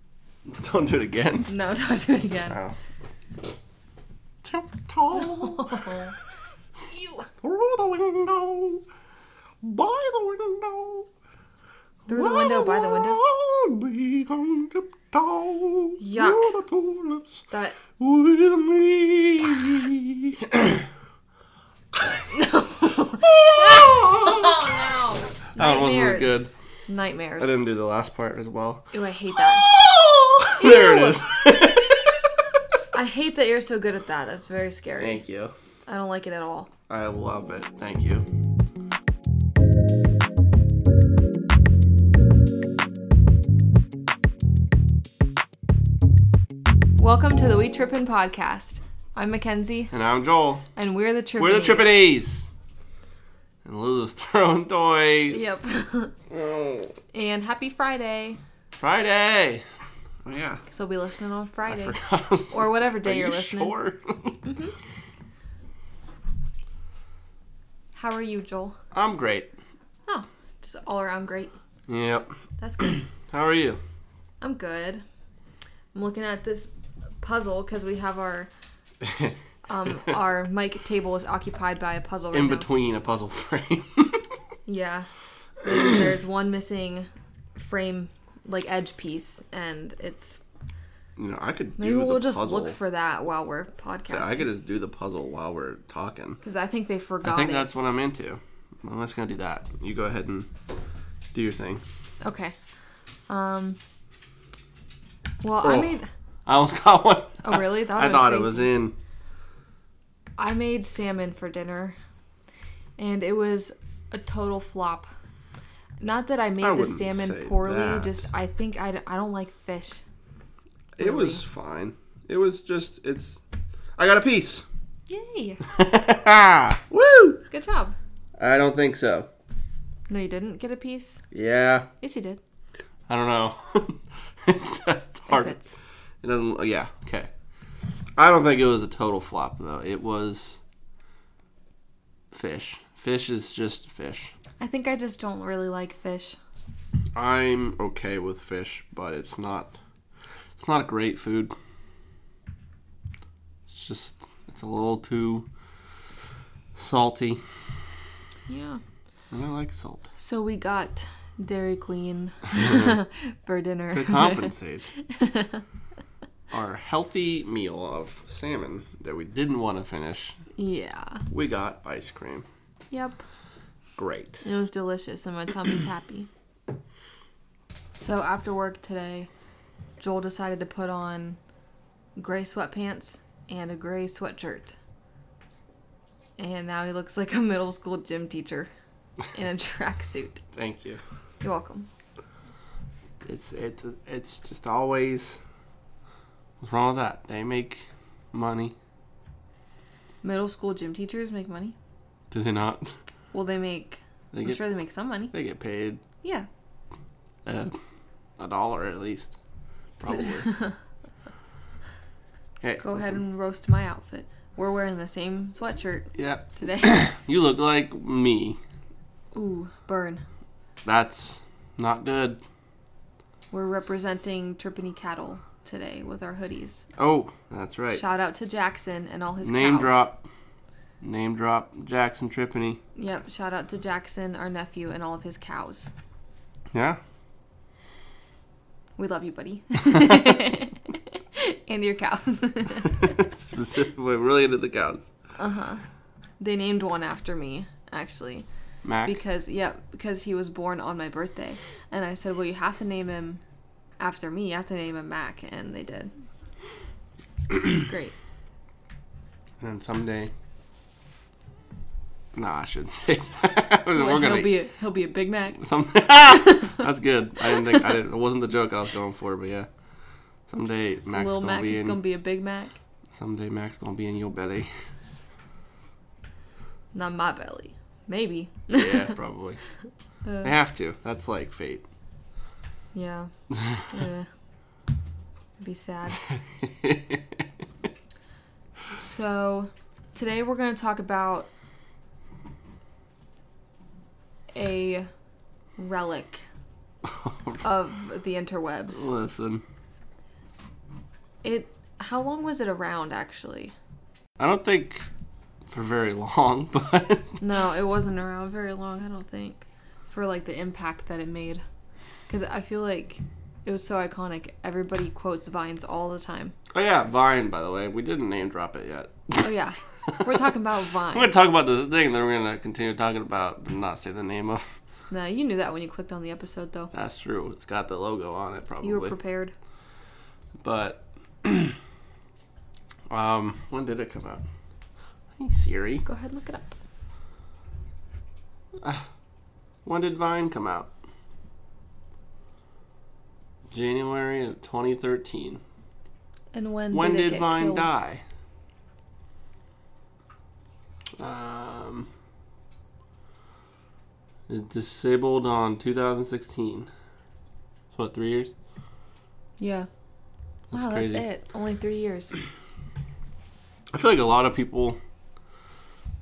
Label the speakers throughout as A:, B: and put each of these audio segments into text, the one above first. A: Don't do it again.
B: No, don't do it again.
A: Wow.
B: Ew.
A: Through the window. By the window.
B: Through the window, by the window.
A: I'll be on tiptoe.
B: Yuck.
A: Through the tulips
B: That.
A: with me.
B: Oh
A: that wasn't as
B: Nightmares.
A: good.
B: no! Nightmares.
A: I didn't do the last part as well.
B: Ew, I hate that.
A: there it
B: Ew.
A: is.
B: I hate that you're so good at that. That's very scary.
A: Thank you.
B: I don't like it at all.
A: I love it. Thank you.
B: Welcome to the We Trippin' podcast. I'm Mackenzie,
A: And I'm Joel.
B: and we're the Trippin'.
A: We're the Trippin' A's. And Lulu's throwing toys.
B: Yep.
A: Oh.
B: and happy Friday.
A: Friday. Oh, yeah.
B: So we'll be listening on
A: I
B: Friday
A: forgot. I was
B: or
A: like,
B: whatever day
A: Are
B: you're
A: you
B: listening. Mm-hmm.
A: Sure?
B: How are you, Joel?
A: I'm great.
B: Oh, just all around great.
A: Yep.
B: That's good.
A: How are you?
B: I'm good. I'm looking at this puzzle because we have our um our mic table is occupied by a puzzle right
A: In
B: now.
A: between a puzzle frame.
B: Yeah. There's there's one missing frame like edge piece and it's
A: you know, I could
B: maybe
A: do the
B: we'll just
A: puzzle.
B: look for that while we're
A: Yeah, I
B: podcasting
A: could just do the puzzle while we're talking.
B: because I think they forgot
A: I think
B: it.
A: that's what I'm into. I'm just gonna do that. You go ahead and do your thing.
B: Okay. Um well, I
A: Oh.
B: made
A: I almost got one.
B: Oh, really? That
A: I
B: would've
A: thought
B: been
A: it was
B: crazy.
A: in.
B: I made salmon for dinner, and it was a total flop. Not that I made
A: I
B: the
A: wouldn't
B: salmon
A: say
B: poorly,
A: that.
B: just I think I, d- I don't like fish.
A: It was fine. It was just it's. I got a piece.
B: Yay!
A: Woo!
B: Good job.
A: I don't think so.
B: No, you didn't get a piece.
A: Yeah.
B: Yes, you did.
A: I don't know. it's, it's hard.
B: If it's
A: It doesn't. Yeah. Okay. I don't think it was a total flop though. It was fish. Fish is just fish.
B: I think I just don't really like fish.
A: I'm okay with fish, but it's not. It's not a great food. It's just. It's a little too salty.
B: Yeah.
A: And I like salt
B: So we got Dairy Queen for dinner.
A: to compensate our healthy meal of salmon that we didn't want to finish.
B: yeah.
A: We got ice cream.
B: Yep.
A: Great.
B: It was delicious, and my tummy's happy. So after work today, Joel decided to put on gray sweatpants and a gray sweatshirt, and now he looks like a middle school gym teacher in a tracksuit.
A: Thank you.
B: You're welcome.
A: It's it's it's just always. What's wrong with that? They make money,
B: Middle school gym teachers make money.
A: do they not?
B: Well, they make.
A: They
B: I'm
A: get
B: sure they make some money.
A: they get paid
B: Yeah.
A: uh, a dollar at least, probably. hey,
B: Go ahead
A: listen.
B: and roast my outfit. We're wearing the same sweatshirt
A: Yeah,
B: today.
A: you look like me.
B: Ooh, burn.
A: That's not good.
B: We're representing Tripany cattle today with our hoodies.
A: Oh, that's right.
B: Shout out to Jackson and all his
A: Name
B: cows.
A: drop. Name drop. Jackson Trippany.
B: Yep. Shout out to Jackson, our nephew, and all of his cows.
A: Yeah.
B: We love you, buddy. and your cows.
A: Specifically related to the cows.
B: Uh-huh. they named one after me, actually,
A: Mac.
B: because yep, because he was born on my birthday, and I said, well, you have to name him after me. You have to name him Mac, and they did. It's great.
A: And then someday. Nah, I shouldn't say. that. We're
B: Well,
A: gonna
B: he'll be a, he'll be a Big Mac.
A: some. That's good. I didn't think I didn't, it wasn't the joke I was going for, but yeah. Someday Mac's
B: Little
A: gonna
B: Mac
A: be
B: is
A: in.
B: gonna be a Big Mac,
A: Someday Mac's gonna be in your belly.
B: not my belly. Maybe.
A: Yeah, probably.
B: Uh.
A: they have to. That's like fate.
B: Yeah. yeah. It'd be sad. So, today we're going to talk about a relic of the interwebs.
A: Listen,
B: It. How long was it around? Actually,
A: I don't think for very long, but
B: no, it wasn't around very long. I don't think for like the impact that it made, because I feel like it was so iconic. Everybody quotes Vines all the time.
A: oh yeah, Vine. By the way, we didn't name drop it yet.
B: Oh yeah, we're talking about Vine.
A: I'm gonna talk about this thing, then we're gonna continue talking about not say the name of.
B: No, you knew that when you clicked on the episode, though.
A: That's true. It's got the logo on it, probably.
B: You were prepared.
A: but um, when did it come out? Hey Siri,
B: Go ahead, look it up.
A: when did Vine come out? January of 2013.
B: And when,
A: When
B: did, it
A: did,
B: get
A: Vine
B: killed?
A: die? Um, it disabled on 2016. It's what three years?
B: Yeah.
A: That's
B: wow,
A: crazy.
B: that's it. Only three years.
A: I feel like a lot of people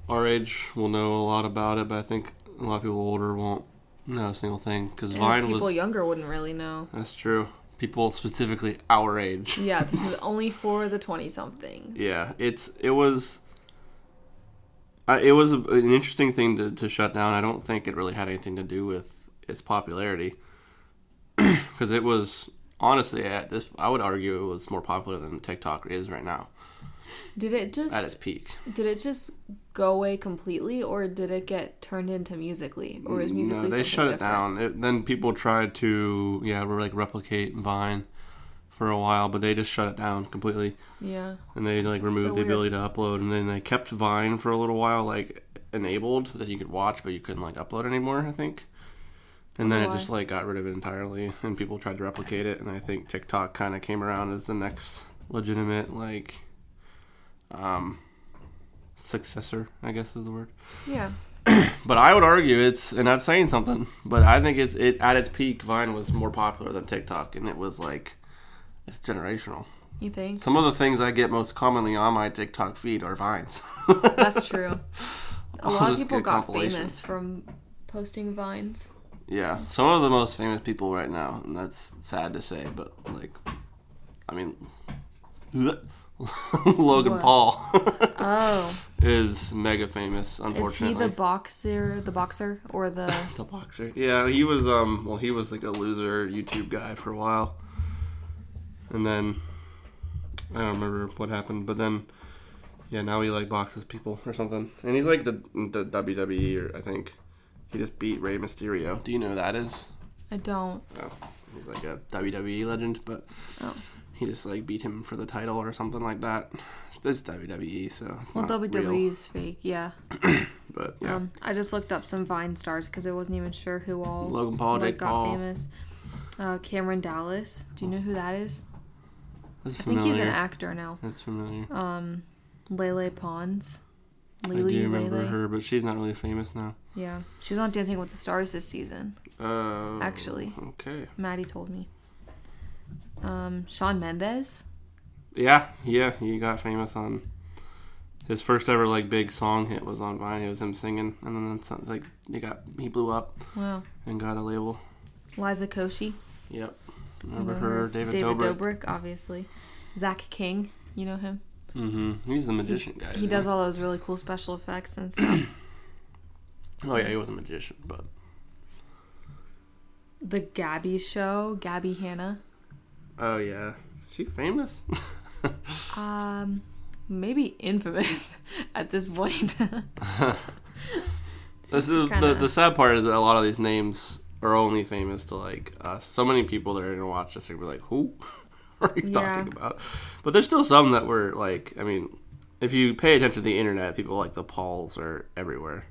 A: our age will know a lot about it, but I think a lot of people older won't know a single thing because
B: And
A: Vine
B: people
A: was.
B: younger wouldn't really know.
A: That's true. People specifically our age.
B: Yeah, this is only for the 20 somethings.
A: Yeah, it's it was. I it was a, an interesting thing to, to shut down. I don't think it really had anything to do with its popularity, because it was honestly at this. I would argue it was more popular than TikTok is right now
B: Did it
A: at its
B: just
A: peak.
B: did it just go away completely or did it get turned into musically or is musically
A: No, they
B: something
A: shut it
B: different?
A: down. It, then people tried to yeah, re- like replicate Vine for a while, but they just shut it down completely.
B: Yeah.
A: and they like
B: That's
A: removed the
B: so weird.
A: ability to upload and then they kept vine for a little while like enabled that you could watch but you couldn't like upload anymore i think and then
B: Why?
A: it just like got rid of it entirely and people tried to replicate it and i think tiktok kind of came around as the next legitimate like um successor i guess is the word
B: Yeah.
A: but i would argue it's and that's saying something but i think it's it at its peak vine was more popular than tiktok and it was like it's generational
B: You think?
A: some of the things I get most commonly on my TikTok feed are vines.
B: That's true. A
A: I'll
B: lot of
A: just
B: people
A: get
B: got
A: compilation.
B: famous from posting vines.
A: Yeah, some of the most famous people right now, and that's sad to say, but like, I mean, Logan
B: What?
A: Paul
B: Oh.
A: is mega famous.
B: Is he
A: Unfortunately,
B: the boxer, the boxer or the
A: the boxer? Yeah, he was. Um, well, he was like a loser YouTube guy for a while, and then I don't remember what happened, but then. Yeah, now he like boxes people or something, and he's like the the WWE, or I think. He just beat Rey Mysterio. Do you know who that is?
B: I don't.
A: He's like a WWE legend, but
B: Oh.
A: he just like beat him for the title or something like that. It's WWE, so it's
B: Well,
A: not
B: WWE
A: real.
B: is fake, yeah.
A: But yeah,
B: Um, I just looked up some Vine stars because I wasn't even sure who all
A: Logan Paul,
B: like,
A: Jake
B: got
A: Paul.
B: famous. Uh, Cameron Dallas. Do you know who that is?
A: That's
B: I think
A: familiar.
B: he's an actor now.
A: That's familiar.
B: Um, Lele Pons.
A: I do
B: Lele
A: remember
B: Lele.
A: her, but she's not really famous now.
B: Yeah, she's on Dancing with the Stars this season.
A: Uh,
B: Actually.
A: Okay.
B: Maddie told me. Um, Sean Mendez.
A: Yeah, yeah, he got famous on. His first ever like big song hit was on Vine. It was him singing, and then something like they got he blew up
B: Wow.
A: and got a label.
B: Liza Koshy.
A: Yep,
B: you
A: remember
B: know
A: her? David,
B: Mm-hmm. David
A: Dobrik.
B: Dobrik, obviously. Zach King. You know him.
A: Mm-hmm. He's the magician guy.
B: He
A: does
B: does all those really cool special effects and stuff.
A: Oh yeah, he was a magician, but
B: the Gabby Show. Gabby Hanna.
A: oh yeah, she famous.
B: Um, maybe infamous at this point.
A: this is the,
B: kinda-
A: the sad part is that a lot of these names are only famous to like us. So many people that are gonna watch this are gonna be like, who are you
B: Yeah.
A: talking about? But there's still some that were like, I mean, if you pay attention to the internet, people like the Pauls are everywhere.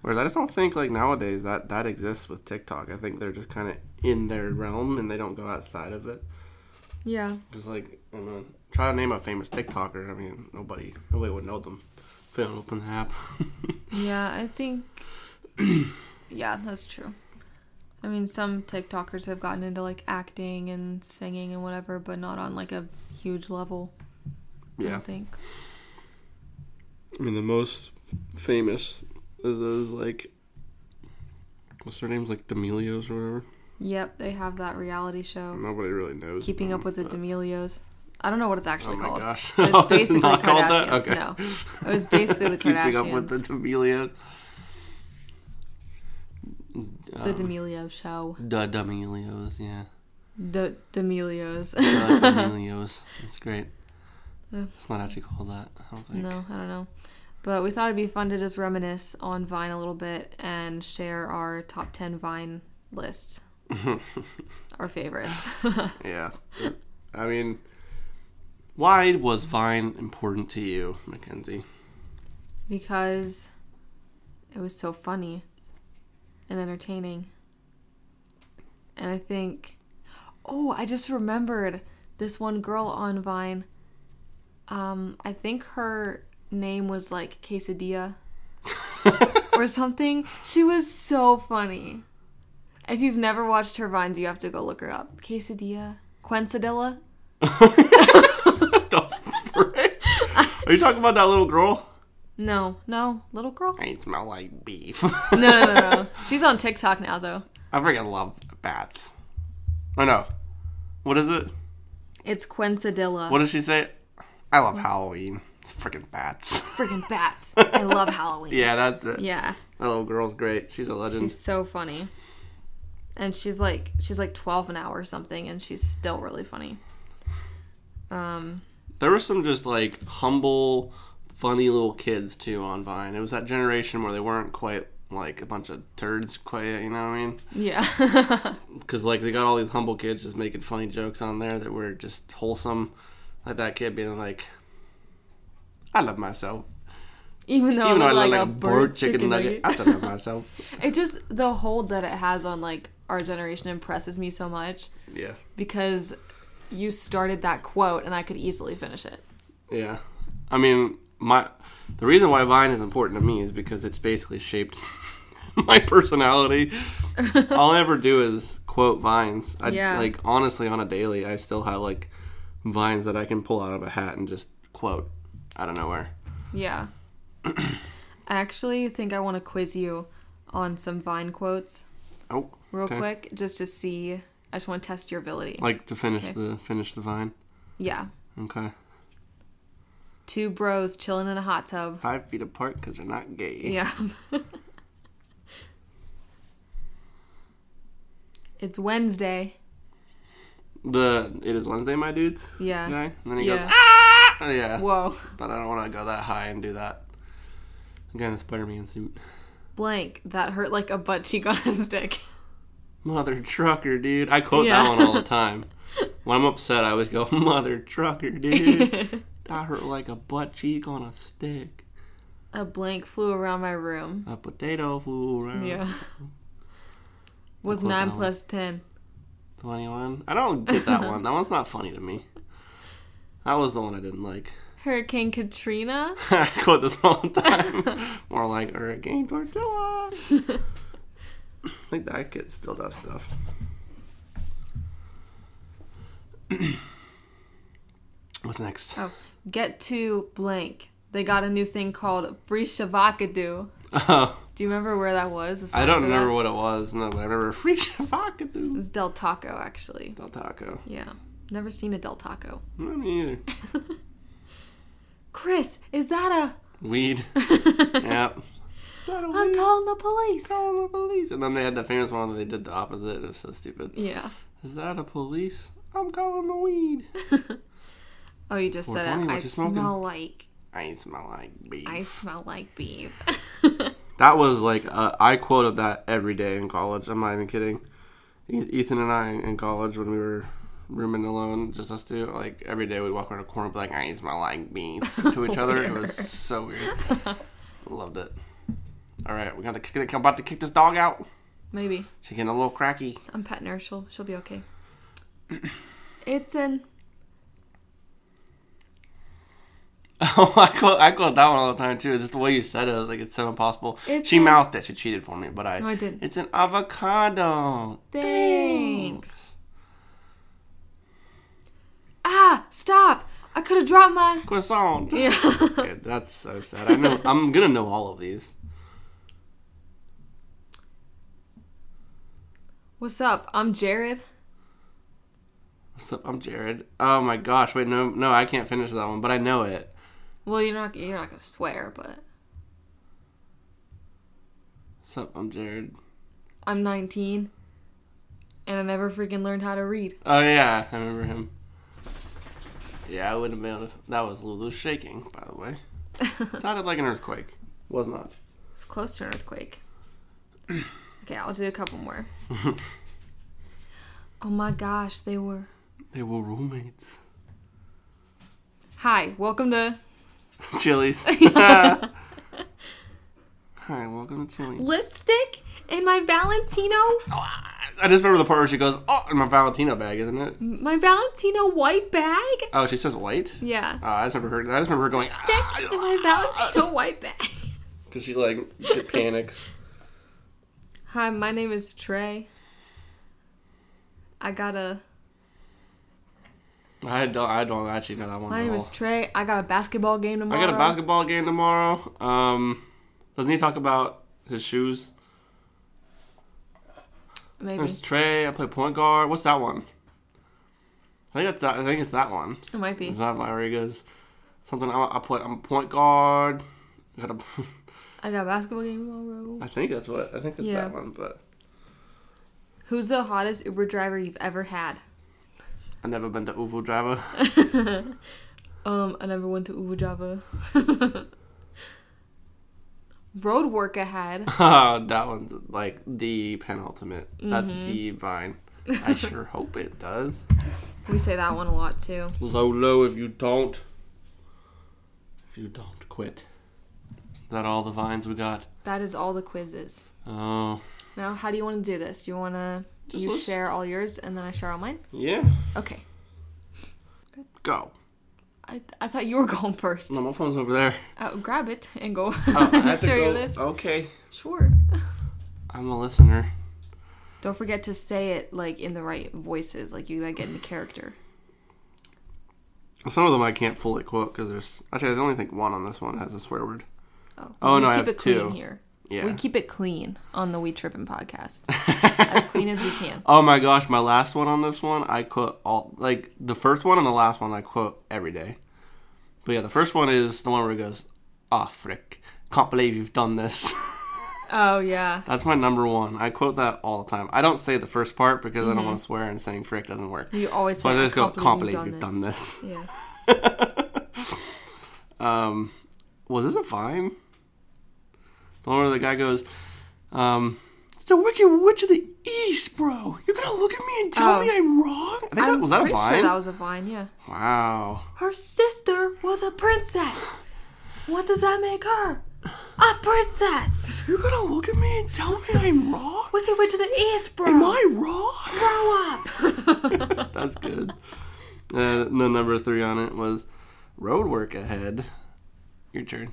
A: Whereas I just don't think like nowadays that that exists with TikTok. I think they're just kind of in their realm and they don't go outside of it.
B: yeah,
A: Just like I don't know, try to name a famous TikToker. I mean, nobody, nobody would know them. If they don't open the app.
B: yeah, I think. yeah, that's true. I mean, some TikTokers have gotten into like acting and singing and whatever, but not on like a huge level. I
A: yeah,
B: don't think.
A: I mean the most famous is those like what's their names like D'Amelios or whatever.
B: Yep, they have that reality show,
A: Nobody really knows.
B: Oh. Keeping
A: them,
B: Up with the
A: but-
B: D'Amelios. I don't know what it's actually
A: Oh my
B: called.
A: gosh.
B: It's
A: Oh,
B: basically the
A: not called
B: Kardashians.
A: that? Okay.
B: No, it was basically the
A: Keeping up with
B: Kardashians.
A: the D'Amelios.
B: The D'Amelio show.
A: Um, The D'Amelios, yeah.
B: The D'Amelios.
A: The D'Amelios. It's great.
B: Yeah.
A: It's not actually called that, I don't think.
B: No, I don't know. But we thought it'd be fun to just reminisce on Vine a little bit and share our top 10 Vine lists, our favorites.
A: yeah. I mean, why was Vine important to you, Mackenzie?
B: because it was so funny and entertaining. And I think, oh, I just remembered this one girl on Vine. Um, I think her name was like Quesadilla or something. She was so funny. If you've never watched her Vines, you have to go look her up. Quesadilla, Quensadilla.
A: The frick? Are you talking about that little girl?
B: No, no, little girl.
A: I smell like beef.
B: No, no, no, no. She's on TikTok now though.
A: I freaking love bats. I know. What is it?
B: It's Quensadilla.
A: What does she say? I love Halloween. It's freaking bats.
B: freaking bats. I love Halloween.
A: Yeah, that's it.
B: Yeah.
A: That little girl's great. She's a legend.
B: She's so funny. And she's like she's like 12 an hour or something and she's still really funny. Um
A: There were some just like humble, funny little kids too on Vine. It was that generation where they weren't quite like a bunch of turds, quite you know what I mean?
B: yeah.
A: Because like they got all these humble kids just making funny jokes on there that were just wholesome, like that kid being like, "I love myself."
B: Even though
A: Even though I
B: I look
A: look
B: Oh, like, a bird, chicken, nugget.
A: I still love myself.
B: it just the hold that it has on like our generation impresses me so much
A: Yeah,
B: because you started that quote and I could easily finish it.
A: yeah. I mean, my the reason why Vine is important to me is because it's basically shaped my personality. All I ever do is quote vines. I
B: Yeah.
A: like honestly on a daily, I still have like vines that I can pull out of a hat and just quote out of nowhere.
B: Yeah. I actually think I want to quiz you on some Vine quotes.
A: Oh,
B: real
A: okay.
B: quick just to see i just want to test your ability
A: Like to finish
B: Okay.
A: the finish the vine.
B: yeah
A: Okay,
B: two bros chilling in a hot tub
A: five feet apart because they're not gay.
B: yeah it's wednesday
A: The it is Wednesday, my dudes.
B: yeah
A: Guy. And then he
B: yeah
A: goes, ah, oh, yeah.
B: whoa
A: But I don't want to go that high and do that. Again, a Spider-Man suit.
B: blank that hurt like a butt cheek on a stick
A: Mother trucker, dude. I quote
B: Yeah.
A: that one all the time. When I'm upset, I always go, "Mother trucker, dude." I hurt like a butt cheek on a stick.
B: a blank flew around my room
A: A potato flew around.
B: yeah was
A: Close that
B: 9
A: one.
B: plus 10
A: 21. I don't get that one. That one's not funny to me. That was the one I didn't like.
B: hurricane katrina
A: I quote this all the time. More like Hurricane Tortilla. I think that kid still does stuff. What's next?
B: oh get to blank they got a new thing called free shavakadu
A: Uh,
B: Do you remember where that was? The
A: I
B: song
A: don't
B: for
A: remember
B: that?
A: what it was. No, but I remember free
B: It
A: shavakadu.
B: was Del Taco, actually.
A: Del Taco.
B: Yeah. Never seen a Del Taco.
A: No, me either.
B: Chris, is that
A: Weed.
B: a.
A: Yep. Not a
B: I'm
A: weed.
B: calling the police.
A: Call the police. And then they had the famous one where they did the opposite. It was so stupid.
B: Yeah.
A: Is that a police? I'm calling the weed.
B: Oh, you just said it.
A: 420, what
B: I
A: you smoking?
B: smell like.
A: I ain't smell like beef.
B: I smell like beef.
A: That was like uh, I quoted that every day in college. I'm not even kidding. E- Ethan and I in college when we were rooming alone, just us two, like every day we'd walk around a corner and be like, "I ain't smell like beans" to each other. It was so weird. Loved it. All right, we're gonna kick it. I'm about to kick this dog out.
B: Maybe.
A: She's getting a little cracky.
B: I'm petting her. She'll, she'll be okay. It's an.
A: Oh, I quote I quote that one all the time too. Just the way you said it, I was like, "It's so impossible."
B: It's
A: she
B: a-
A: mouthed it. She cheated for me, but I.
B: No, I didn't.
A: It's an avocado.
B: Thanks. Ah, stop. I could have dropped my.
A: Croissant.
B: Yeah.
A: Okay, that's so sad. I know I'm gonna know all of these.
B: What's up? I'm Jared.
A: What's up? I'm Jared. Oh my gosh! Wait, no, no, I can't finish that one, but I know it.
B: Well, you're not you're not gonna swear, but
A: What's up? I'm Jared.
B: I'm 19, and I never freaking learned how to read.
A: Oh yeah, I remember him. Yeah, I wouldn't have been able to. That was Lulu shaking, by the way. Sounded like an earthquake. Was not.
B: It's close to an earthquake. okay, I'll do a couple more. oh my gosh, they were.
A: They were roommates.
B: Hi, welcome to
A: Chili's. Hi, welcome to Chili's.
B: lipstick and my Valentino,
A: I just remember the part where she goes, "Oh, in my Valentino bag, isn't it?"
B: my Valentino white bag.
A: Oh, she says white.
B: Yeah.
A: Oh, I just remember her. I just remember her going
B: Sex in my Valentino white bag.
A: because she like panics.
B: Hi, my name is Trey. I got a.
A: I don't. I don't actually know that one.
B: My
A: at
B: name
A: all.
B: is Trey. I got a basketball game
A: Oh. I
B: tomorrow.
A: got a basketball game tomorrow. Um, doesn't he talk about his shoes?
B: Maybe
A: There's Trey. I play point guard. What's that one? I think that's that. I think it's that one.
B: it might be.
A: Is that where he goes? Something. I, I play. I'm a point guard. I, got a,
B: I got a basketball game tomorrow.
A: I think that's what. I think it's
B: Yeah.
A: that one. But
B: Who's the hottest Uber driver you've ever had?
A: I've never been to Uvu Driver.
B: Um, I never went to Uber Java. Road work ahead.
A: Oh, that one's like the penultimate. That's
B: Mm-hmm.
A: divine. I sure hope it does.
B: We say that one a lot too.
A: Low, low. If you don't, if you don't quit. Is that all the vines we got?
B: That is all the quizzes.
A: Oh,
B: Now, how do you want to do this? Do you want to
A: Just
B: you
A: let's-
B: share all yours and then I share all mine?
A: yeah.
B: Okay.
A: Go.
B: I, I thought you were going first.
A: No, my phone's over there.
B: Uh, grab it and go
A: Oh, I have to
B: share your
A: go-
B: list.
A: Okay.
B: Sure.
A: I'm a listener.
B: Don't forget to say it like in the right voices. Like you gotta get in the character.
A: Some of them I can't fully quote because there's actually I only think one on this one has a swear word.
B: Oh,
A: Oh,
B: we
A: no, I
B: keep
A: have
B: it clean
A: two.
B: here.
A: Yeah.
B: We keep it clean on the We Trippin' podcast, as clean as we can.
A: Oh my gosh, my last one on this one, I quote all like the first one and the last one I quote every day. But yeah, the first one is the one where it goes, "Ah, frick, can't believe you've done this."
B: Oh yeah,
A: That's my number one. I quote that all the time. I don't say the first part because
B: Mm-hmm.
A: I don't want to swear, and saying "frick" doesn't work.
B: you always
A: So
B: say.
A: I
B: I
A: just go, "Can't believe you've done
B: this."
A: this."
B: Yeah.
A: Um, was this a vine? The one where the guy goes, um, "It's the Wicked Witch of the East, bro. You're gonna look at me and tell
B: Oh.
A: me I'm wrong." I think that, was that a
B: pretty
A: vine?
B: Sure that was a vine. Yeah.
A: Wow.
B: Her sister was a princess. What does that make her? A princess.
A: You're gonna look at me and tell me I'm wrong?
B: Wicked Witch of the East, bro.
A: Am I wrong?
B: Grow up.
A: That's good. Uh, the number three on it was road work ahead. Your turn.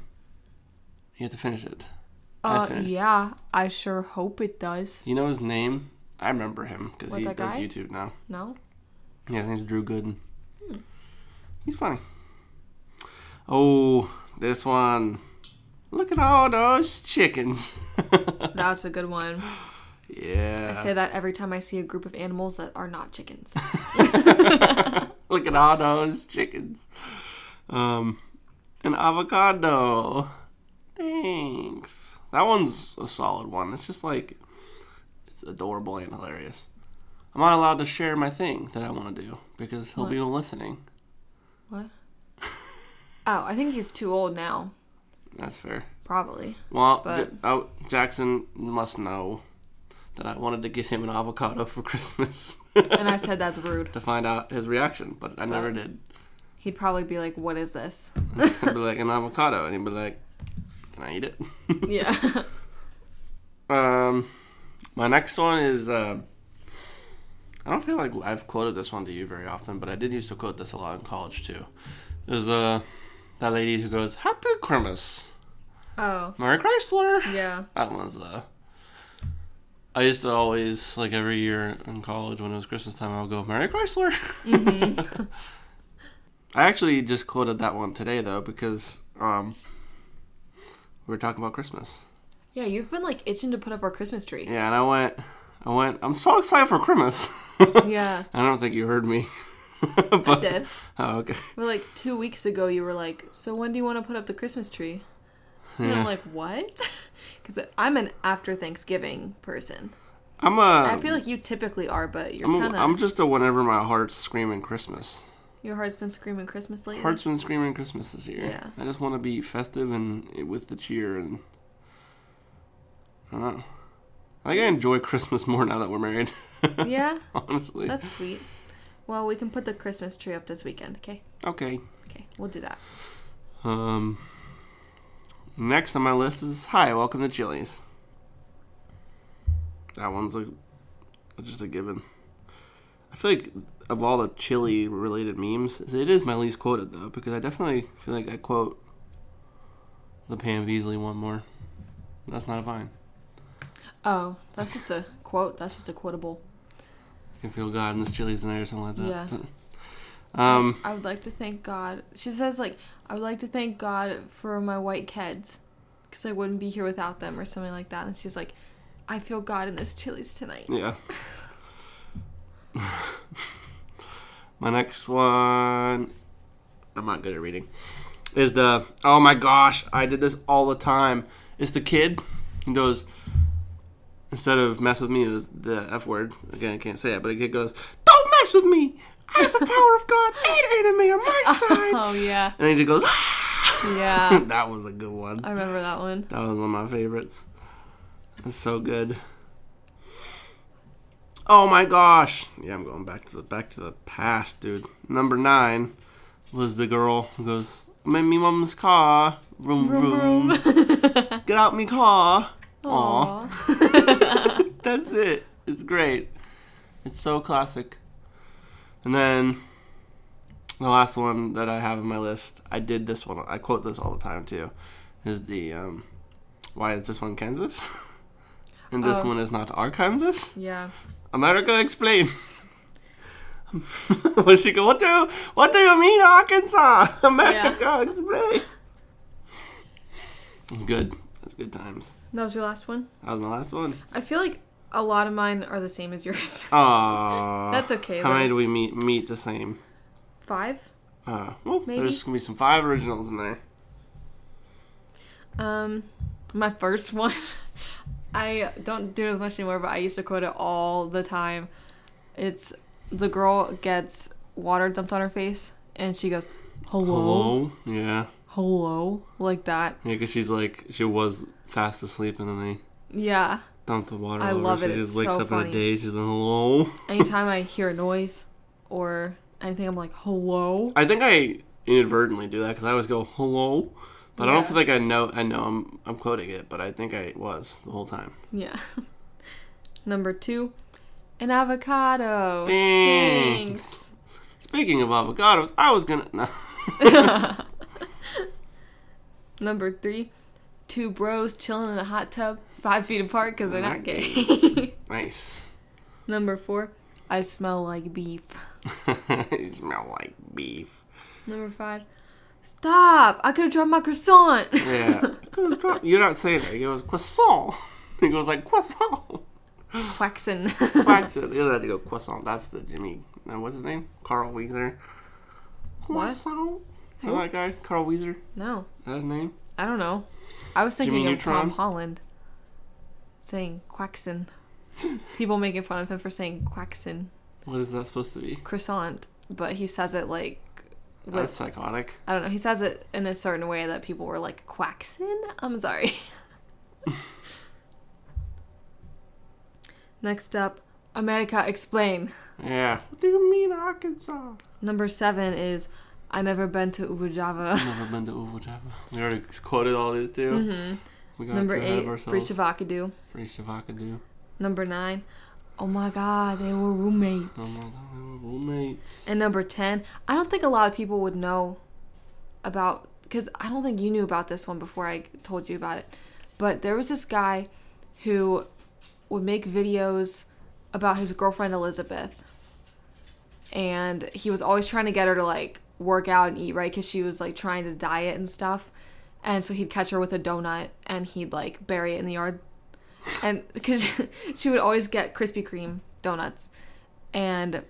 A: You have to finish it. I
B: Uh,
A: finished.
B: yeah, I sure hope it does.
A: You know his name? I remember him because
B: What,
A: he does
B: that guy?
A: YouTube now.
B: No?
A: Yeah, his name's Drew Gooden.
B: Hmm.
A: He's funny. Oh, this one. Look at all those chickens.
B: That's a good one.
A: yeah.
B: I say that every time I see a group of animals that are not chickens.
A: Look at all those chickens. Um, an avocado. Thanks. That one's a solid one. It's just like it's adorable and hilarious. I'm not allowed to share my thing that I want to do because he'll be listening.
B: Oh, I think he's too old now.
A: That's fair.
B: Probably.
A: Well,
B: But-
A: J- oh, Jackson must know that I wanted to get him an avocado for Christmas
B: And I said that's rude.
A: to find out his reaction, but I never did.
B: He'd probably be like, What is this?
A: I'd be like an avocado, and he'd be like, "Can I eat it?"
B: Yeah.
A: Um, my next one is. Uh, I don't feel like I've quoted this one to you very often, but I did used to quote this a lot in college too. There's uh, that lady who goes, "Happy Christmas,
B: oh,
A: Merry Chrysler."
B: yeah.
A: That one's uh. I used to always like every year in college when it was Christmas time, I would go Merry Chrysler.
B: Mm-hmm.
A: I actually just quoted that one today though because um, we were talking about Christmas.
B: Yeah, you've been like itching to put up our Christmas tree.
A: Yeah, and I went, I went, I'm so excited for Christmas.
B: Yeah.
A: I don't think you heard me.
B: I
A: But-
B: did.
A: Oh, okay.
B: Well, like two weeks ago, you were like, "So when do you want to put up the Christmas tree?" And
A: Yeah.
B: I'm like, "What?" Because I'm an after Thanksgiving person.
A: I'm a.
B: I feel like you typically are, but you're
A: Um, I'm, a-
B: kind
A: I'm
B: of
A: just a whenever my heart's screaming Christmas.
B: your heart's been screaming Christmas lately.
A: Heart's been screaming Christmas this year.
B: Yeah.
A: I just want to be festive and with the cheer and. I don't know. I think I enjoy Christmas more now that we're married.
B: yeah,
A: Honestly.
B: that's sweet. Well, we can put the Christmas tree up this weekend. Okay,
A: Okay.
B: okay, we'll do that.
A: Um. Next on my list is hi, welcome to Chili's. That one's a just a given. I feel like of all the chili related memes, it is my least quoted though because I definitely feel like I quote the Pam Beasley one more. That's not a vine.
B: Oh, that's just a quote. That's just a quotable.
A: You can feel God in this chili's in there or something like that.
B: Yeah.
A: Um.
B: I would like to thank God. She says like, "I would like to thank God for my white kids, because I wouldn't be here without them," or something like that. And she's like, "I feel God in this Chili's tonight."
A: Yeah. my next one. I'm not good at reading. Is the oh my gosh, I did this all the time. It's the kid. He goes instead of mess with me, it was the F word. Again, I can't say it, but the kid goes, Don't mess with me! I have the power of God, ain't enemy on my side
B: Oh yeah,
A: And then he just goes, "Ah!"
B: yeah.
A: That was a good one.
B: I remember that one.
A: That was one of my favorites. It's so good. Oh my gosh! Yeah, I'm going back to the back to the past, dude. Number nine was the girl who goes, "I'm in me mom's car, vroom vroom,
B: Vroom, vroom.
A: get out me car." Aw,
B: Aw.
A: that's it. It's great. It's so classic. And then the last one that I have on my list, I did this one. I quote this all the time too. Is the um, why is this one Kansas? And this
B: Oh.
A: one is not Arkansas.
B: yeah.
A: America, explain. what she go? What do what do you mean Arkansas? America, explain. It's good. That's good times.
B: That was your last one.
A: That was my last one.
B: I feel like a lot of mine are the same as yours.
A: Aww.
B: That's okay,
A: How
B: though.
A: many do we meet meet the same?
B: Five.
A: Uh, well,
B: Maybe.
A: there's gonna be some five originals in there.
B: Um, my first one. I don't do it as much anymore, but I used to quote it all the time. It's the girl gets water dumped on her face, and she goes, "Hello,
A: Hello. Yeah.
B: hello,", like that.
A: Yeah, because she's like she was fast asleep and then they
B: Yeah.
A: dumped the water.
B: I
A: over.
B: love
A: she
B: it.
A: She
B: It's
A: just wakes
B: so
A: up in
B: funny.
A: a daze. She's like, hello.
B: Anytime I hear a noise or anything, I'm like, "Hello."
A: I think I inadvertently do that because I always go hello, but I don't
B: Yeah.
A: feel like I know. I know I'm I'm quoting it, but I think I was the whole time.
B: Yeah. Number two, an avocado.
A: Thanks. Speaking of avocados, I was gonna. No.
B: Thanks. Number three, two bros chilling in a hot tub, five feet apart because they're not gay.
A: nice.
B: Number four, I smell like beef.
A: you smell like beef.
B: Number five, stop! I could have dropped my croissant.
A: Yeah. I could've dropped- You're not saying that. It goes croissant. It goes like croissant.
B: Quaxin.
A: Actually, you don't have to go croissant. That's the Jimmy. No, what's his name? Carl Weezer.
B: What?
A: Croissant.
B: Who?
A: Know that guy, Carl Weezer.
B: no,
A: Is that his name?
B: I don't know. I was
A: Jimmy
B: thinking of Tom
A: Neutron?
B: Holland saying quaxin. People making fun of him for saying quaxin.
A: What is that supposed to be?
B: croissant, but he says it like
A: That's
B: with
A: psychotic.
B: I don't know. He says it in a certain way that people were like quaxin. I'm sorry. Next up, America explain.
A: Yeah. What do you mean Arkansas?
B: Number seven is I never been to Ubu Java.
A: Never been to Uvu Java. We already quoted all these too.
B: hmm
A: We got
B: Number
A: too ahead
B: eight,
A: of
B: free
A: ourselves.
B: Shavakadu.
A: Free Shavakadu.
B: Number nine, oh my god, they were
A: Oh
B: roommates.
A: my god, they were roommates.
B: And number 10, I don't think a lot of people would know about cuz I don't think you knew about this one before I told you about it. But there was this guy who would make videos about his girlfriend Elizabeth. And he was always trying to get her to like work out and eat right cuz she was like trying to diet and stuff. And so he'd catch her with a donut and he'd like bury it in the yard. And cuz she would always get Krispy Kreme donuts. And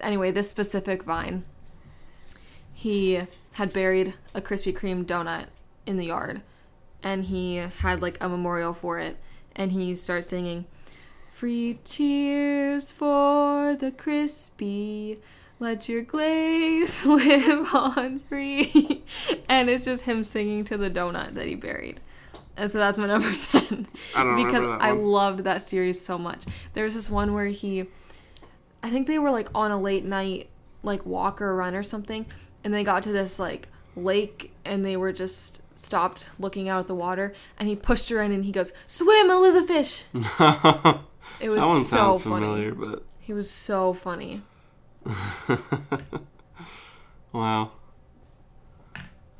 B: anyway, this specific vine, he had buried a Krispy Kreme donut in the yard, and he had like a memorial for it, and he starts singing, "Free cheers for the crispy." Let your glaze live on free. and it's just him singing to the donut that he buried. And so that's my number 10.
A: I don't
B: because
A: remember that
B: I
A: one.
B: loved that series so much. There was this one where he, I think they were like on a late night, like walk or run or something. And they got to this like lake and they were just stopped looking out at the water. And he pushed her in and he goes, Swim, Elizabeth!
A: that
B: It was
A: one
B: so
A: sounds
B: funny.
A: familiar,
B: He was so funny.
A: but wow,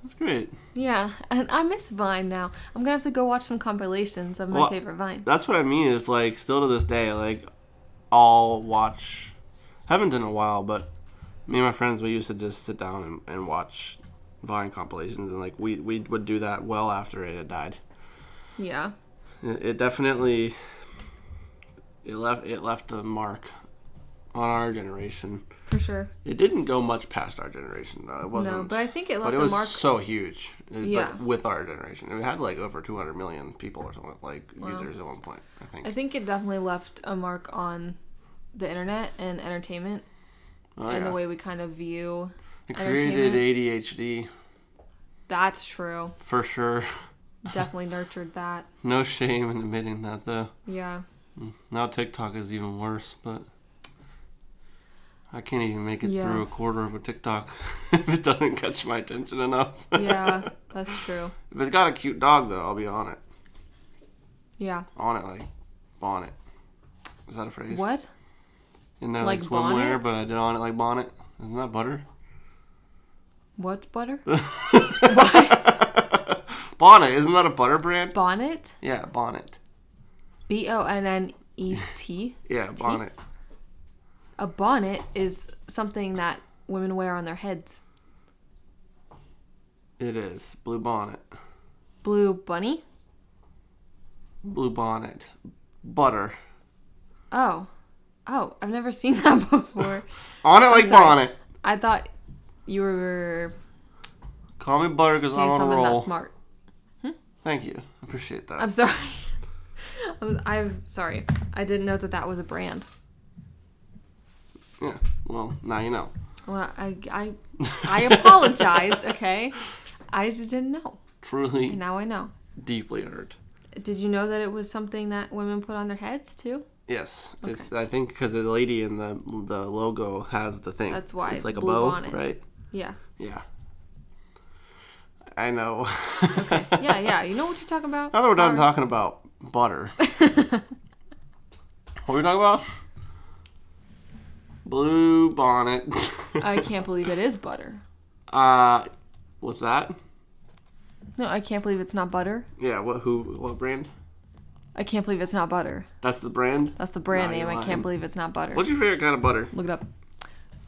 A: that's great.
B: Yeah, and I miss Vine now. I'm gonna have to go watch some compilations of my
A: Well,
B: favorite Vine.
A: That's what I mean. It's like still to this day, like I'll watch. Haven't in a while, but me and my friends we used to just sit down and, and watch Vine compilations, and like we we would do that well after it had died.
B: Yeah,
A: It, it definitely it left it left a mark on our generation.
B: for sure.
A: It didn't go much past our generation though. It wasn't.
B: No, but I think it left
A: but it
B: a
A: was
B: mark.
A: so huge. uh,
B: Yeah.
A: But with our generation, it had like over 200 million people or something like
B: Wow.
A: users at one point. I think.
B: I think it definitely left a mark on the internet and entertainment
A: Oh,
B: and
A: yeah.
B: the way we kind of view.
A: It
B: entertainment.
A: created ADHD
B: That's true.
A: for sure.
B: Definitely nurtured that.
A: No shame in admitting that though.
B: Yeah.
A: Now TikTok is even worse, but I can't even make it
B: Yeah.
A: through a quarter of a TikTok if it doesn't catch my attention enough.
B: Yeah, that's true.
A: If it's got a cute dog though, I'll be on it.
B: Yeah.
A: On it like bonnet. Is that a phrase?
B: What?
A: In there like,
B: Like
A: swimwear,
B: bonnet?
A: but I did on it like bonnet. Isn't that butter?
B: What's butter?
A: bonnet, isn't that a butter brand?
B: Bonnet?
A: Yeah, bonnet.
B: B O N N E T.
A: Yeah, bonnet.
B: A bonnet is something that women wear on their heads.
A: It is. Blue bonnet.
B: Blue bunny?
A: Blue bonnet. Butter.
B: Oh. Oh, I've never seen that before.
A: On it like
B: sorry.
A: bonnet.
B: I thought you were
A: Call me butter because I'm
B: saying
A: on a
B: something not
A: roll.
B: smart.
A: Thank you. I appreciate that.
B: I'm sorry. I'm, I'm sorry. I didn't know that that was a brand.
A: yeah. Well, now you know.
B: Well, I, I, I apologized, okay? I just didn't know.
A: Truly,
B: And now I know.
A: deeply hurt.
B: Did you know that it was something that women put on their heads too?
A: Yes. It's, I think because the lady in the the logo has the thing.
B: That's why
A: It's,
B: it's
A: like a
B: blue
A: bow,
B: bonnet.
A: right?
B: Yeah.
A: Yeah. I know.
B: Yeah, yeah. You know what you're talking about?
A: now that we're done
B: Sorry.
A: talking about butter, what are we talking about? Blue bonnet.
B: I can't believe it is butter.
A: uh, what's that?
B: No, I can't believe it's not butter.
A: Yeah. What? Who? What brand?
B: I can't believe it's not butter.
A: That's the brand.
B: That's the brand
A: No,
B: name.
A: you're
B: I
A: lying.
B: can't believe it's not butter.
A: What's your favorite kind of butter?
B: Look it up.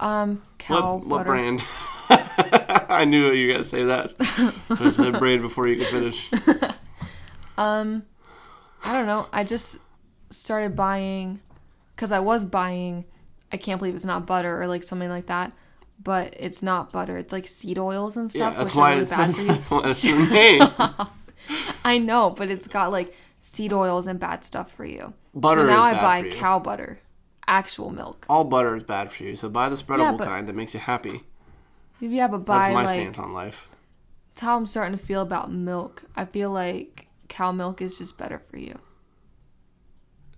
B: Um,
A: What,
B: cow
A: what
B: butter.
A: brand? I knew you were gonna say that, so I said brand before you could finish.
B: Um, I don't know. I just started buying because I was buying. I can't believe it's not butter or like something like that, but it's not butter. It's like seed oils and
A: Yeah,
B: stuff,
A: that's
B: which
A: why
B: are really
A: it's
B: bad
A: that's,
B: for you.
A: why it's the name.
B: I know, but it's got like seed oils and bad stuff for you.
A: Butter
B: So now
A: is
B: I
A: bad
B: buy
A: for you.
B: cow butter, actual milk.
A: All butter is bad for you, so buy the spreadable
B: but-
A: kind that makes you happy.
B: Yeah, but buy
A: That's my
B: like
A: stance on life.
B: that's how I'm starting to feel about milk. I feel like cow milk is just better for you.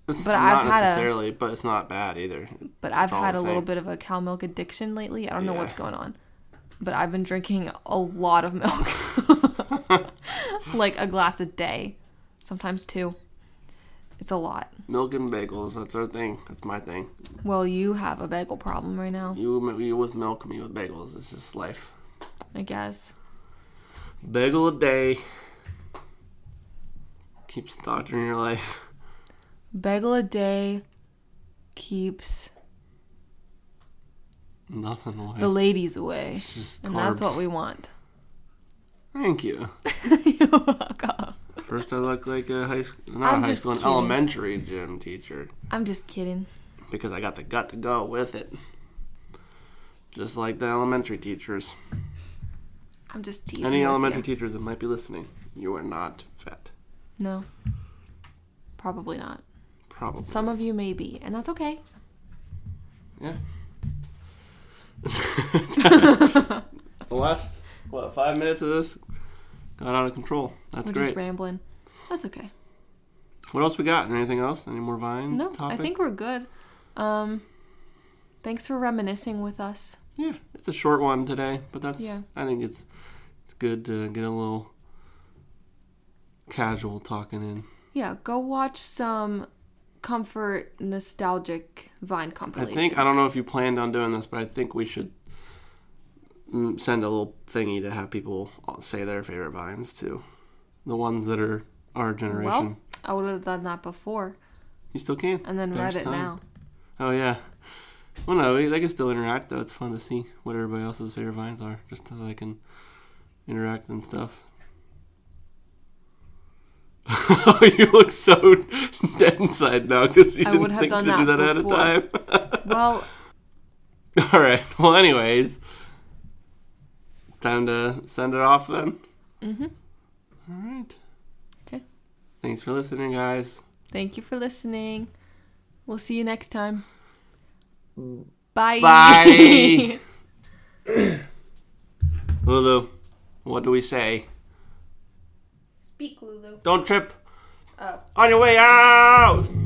A: It's
B: but
A: not
B: I've had a-
A: necessarily, but it's not bad either.
B: But I've
A: all
B: had
A: the
B: a little
A: same.
B: bit of a cow milk addiction lately. I don't know
A: Yeah.
B: what's going on. But I've been drinking a lot of milk. like a glass a day, sometimes two. It's a lot.
A: Milk and bagels, that's our thing. That's my thing.
B: Well, you have a bagel problem right now,
A: You, you with milk, me with bagels. It's just life.
B: I guess.
A: Bagel a day keeps the doctor in your life.
B: Bagel a day keeps
A: Nothing away.
B: the ladies away.
A: It's just
B: And that's what
A: Mm. carbs.
B: we want.
A: Thank you.
B: You're welcome.
A: First, I look like a high school,
B: I'm
A: not a high
B: just
A: school, an
B: kidding.
A: elementary gym teacher
B: I'm just kidding.
A: because I got the gut to go with it. Just like the elementary teachers.
B: I'm just teasing.
A: Any
B: with
A: elementary
B: you.
A: teachers that might be listening, you are not fat.
B: No. Probably not.
A: Probably.
B: Some of you may be, and that's okay.
A: Yeah. the last what five minutes of this got out of control. That's
B: We're
A: great.
B: just rambling. That's okay.
A: what else we got? Anything else? Any more vines?
B: No,
A: topic?
B: I think we're good. Um, thanks for reminiscing with us.
A: yeah. It's a short one today, but that's
B: Yeah.
A: I think it's it's good to get a little casual talking in.
B: Yeah, go watch some comfort nostalgic Vine
A: I
B: compilations.
A: think I don't know if you planned on doing this, but I think we should mm, send a little thingy to have people all say their favorite vines too, the ones that are our generation.
B: Well, I would have done that before,
A: you still can.
B: and then
A: There's
B: read it
A: time.
B: now.
A: Oh yeah. Well, no, they they can still interact though. It's fun to see what everybody else's favorite vines are, just so they can interact and stuff. you look so dead inside now because you
B: I
A: didn't
B: would have
A: think to
B: done
A: do
B: that
A: that ahead of
B: before.
A: time.
B: Well,
A: All right. Well, anyways, it's time to send it off then.
B: hmm
A: All right.
B: 'Kay.
A: Thanks for listening, guys.
B: thank you for listening. We'll see you next time.
A: Bye. Lulu, what do we say?
B: Speak, Lulu.
A: Don't trip
B: Oh.
A: on your way out.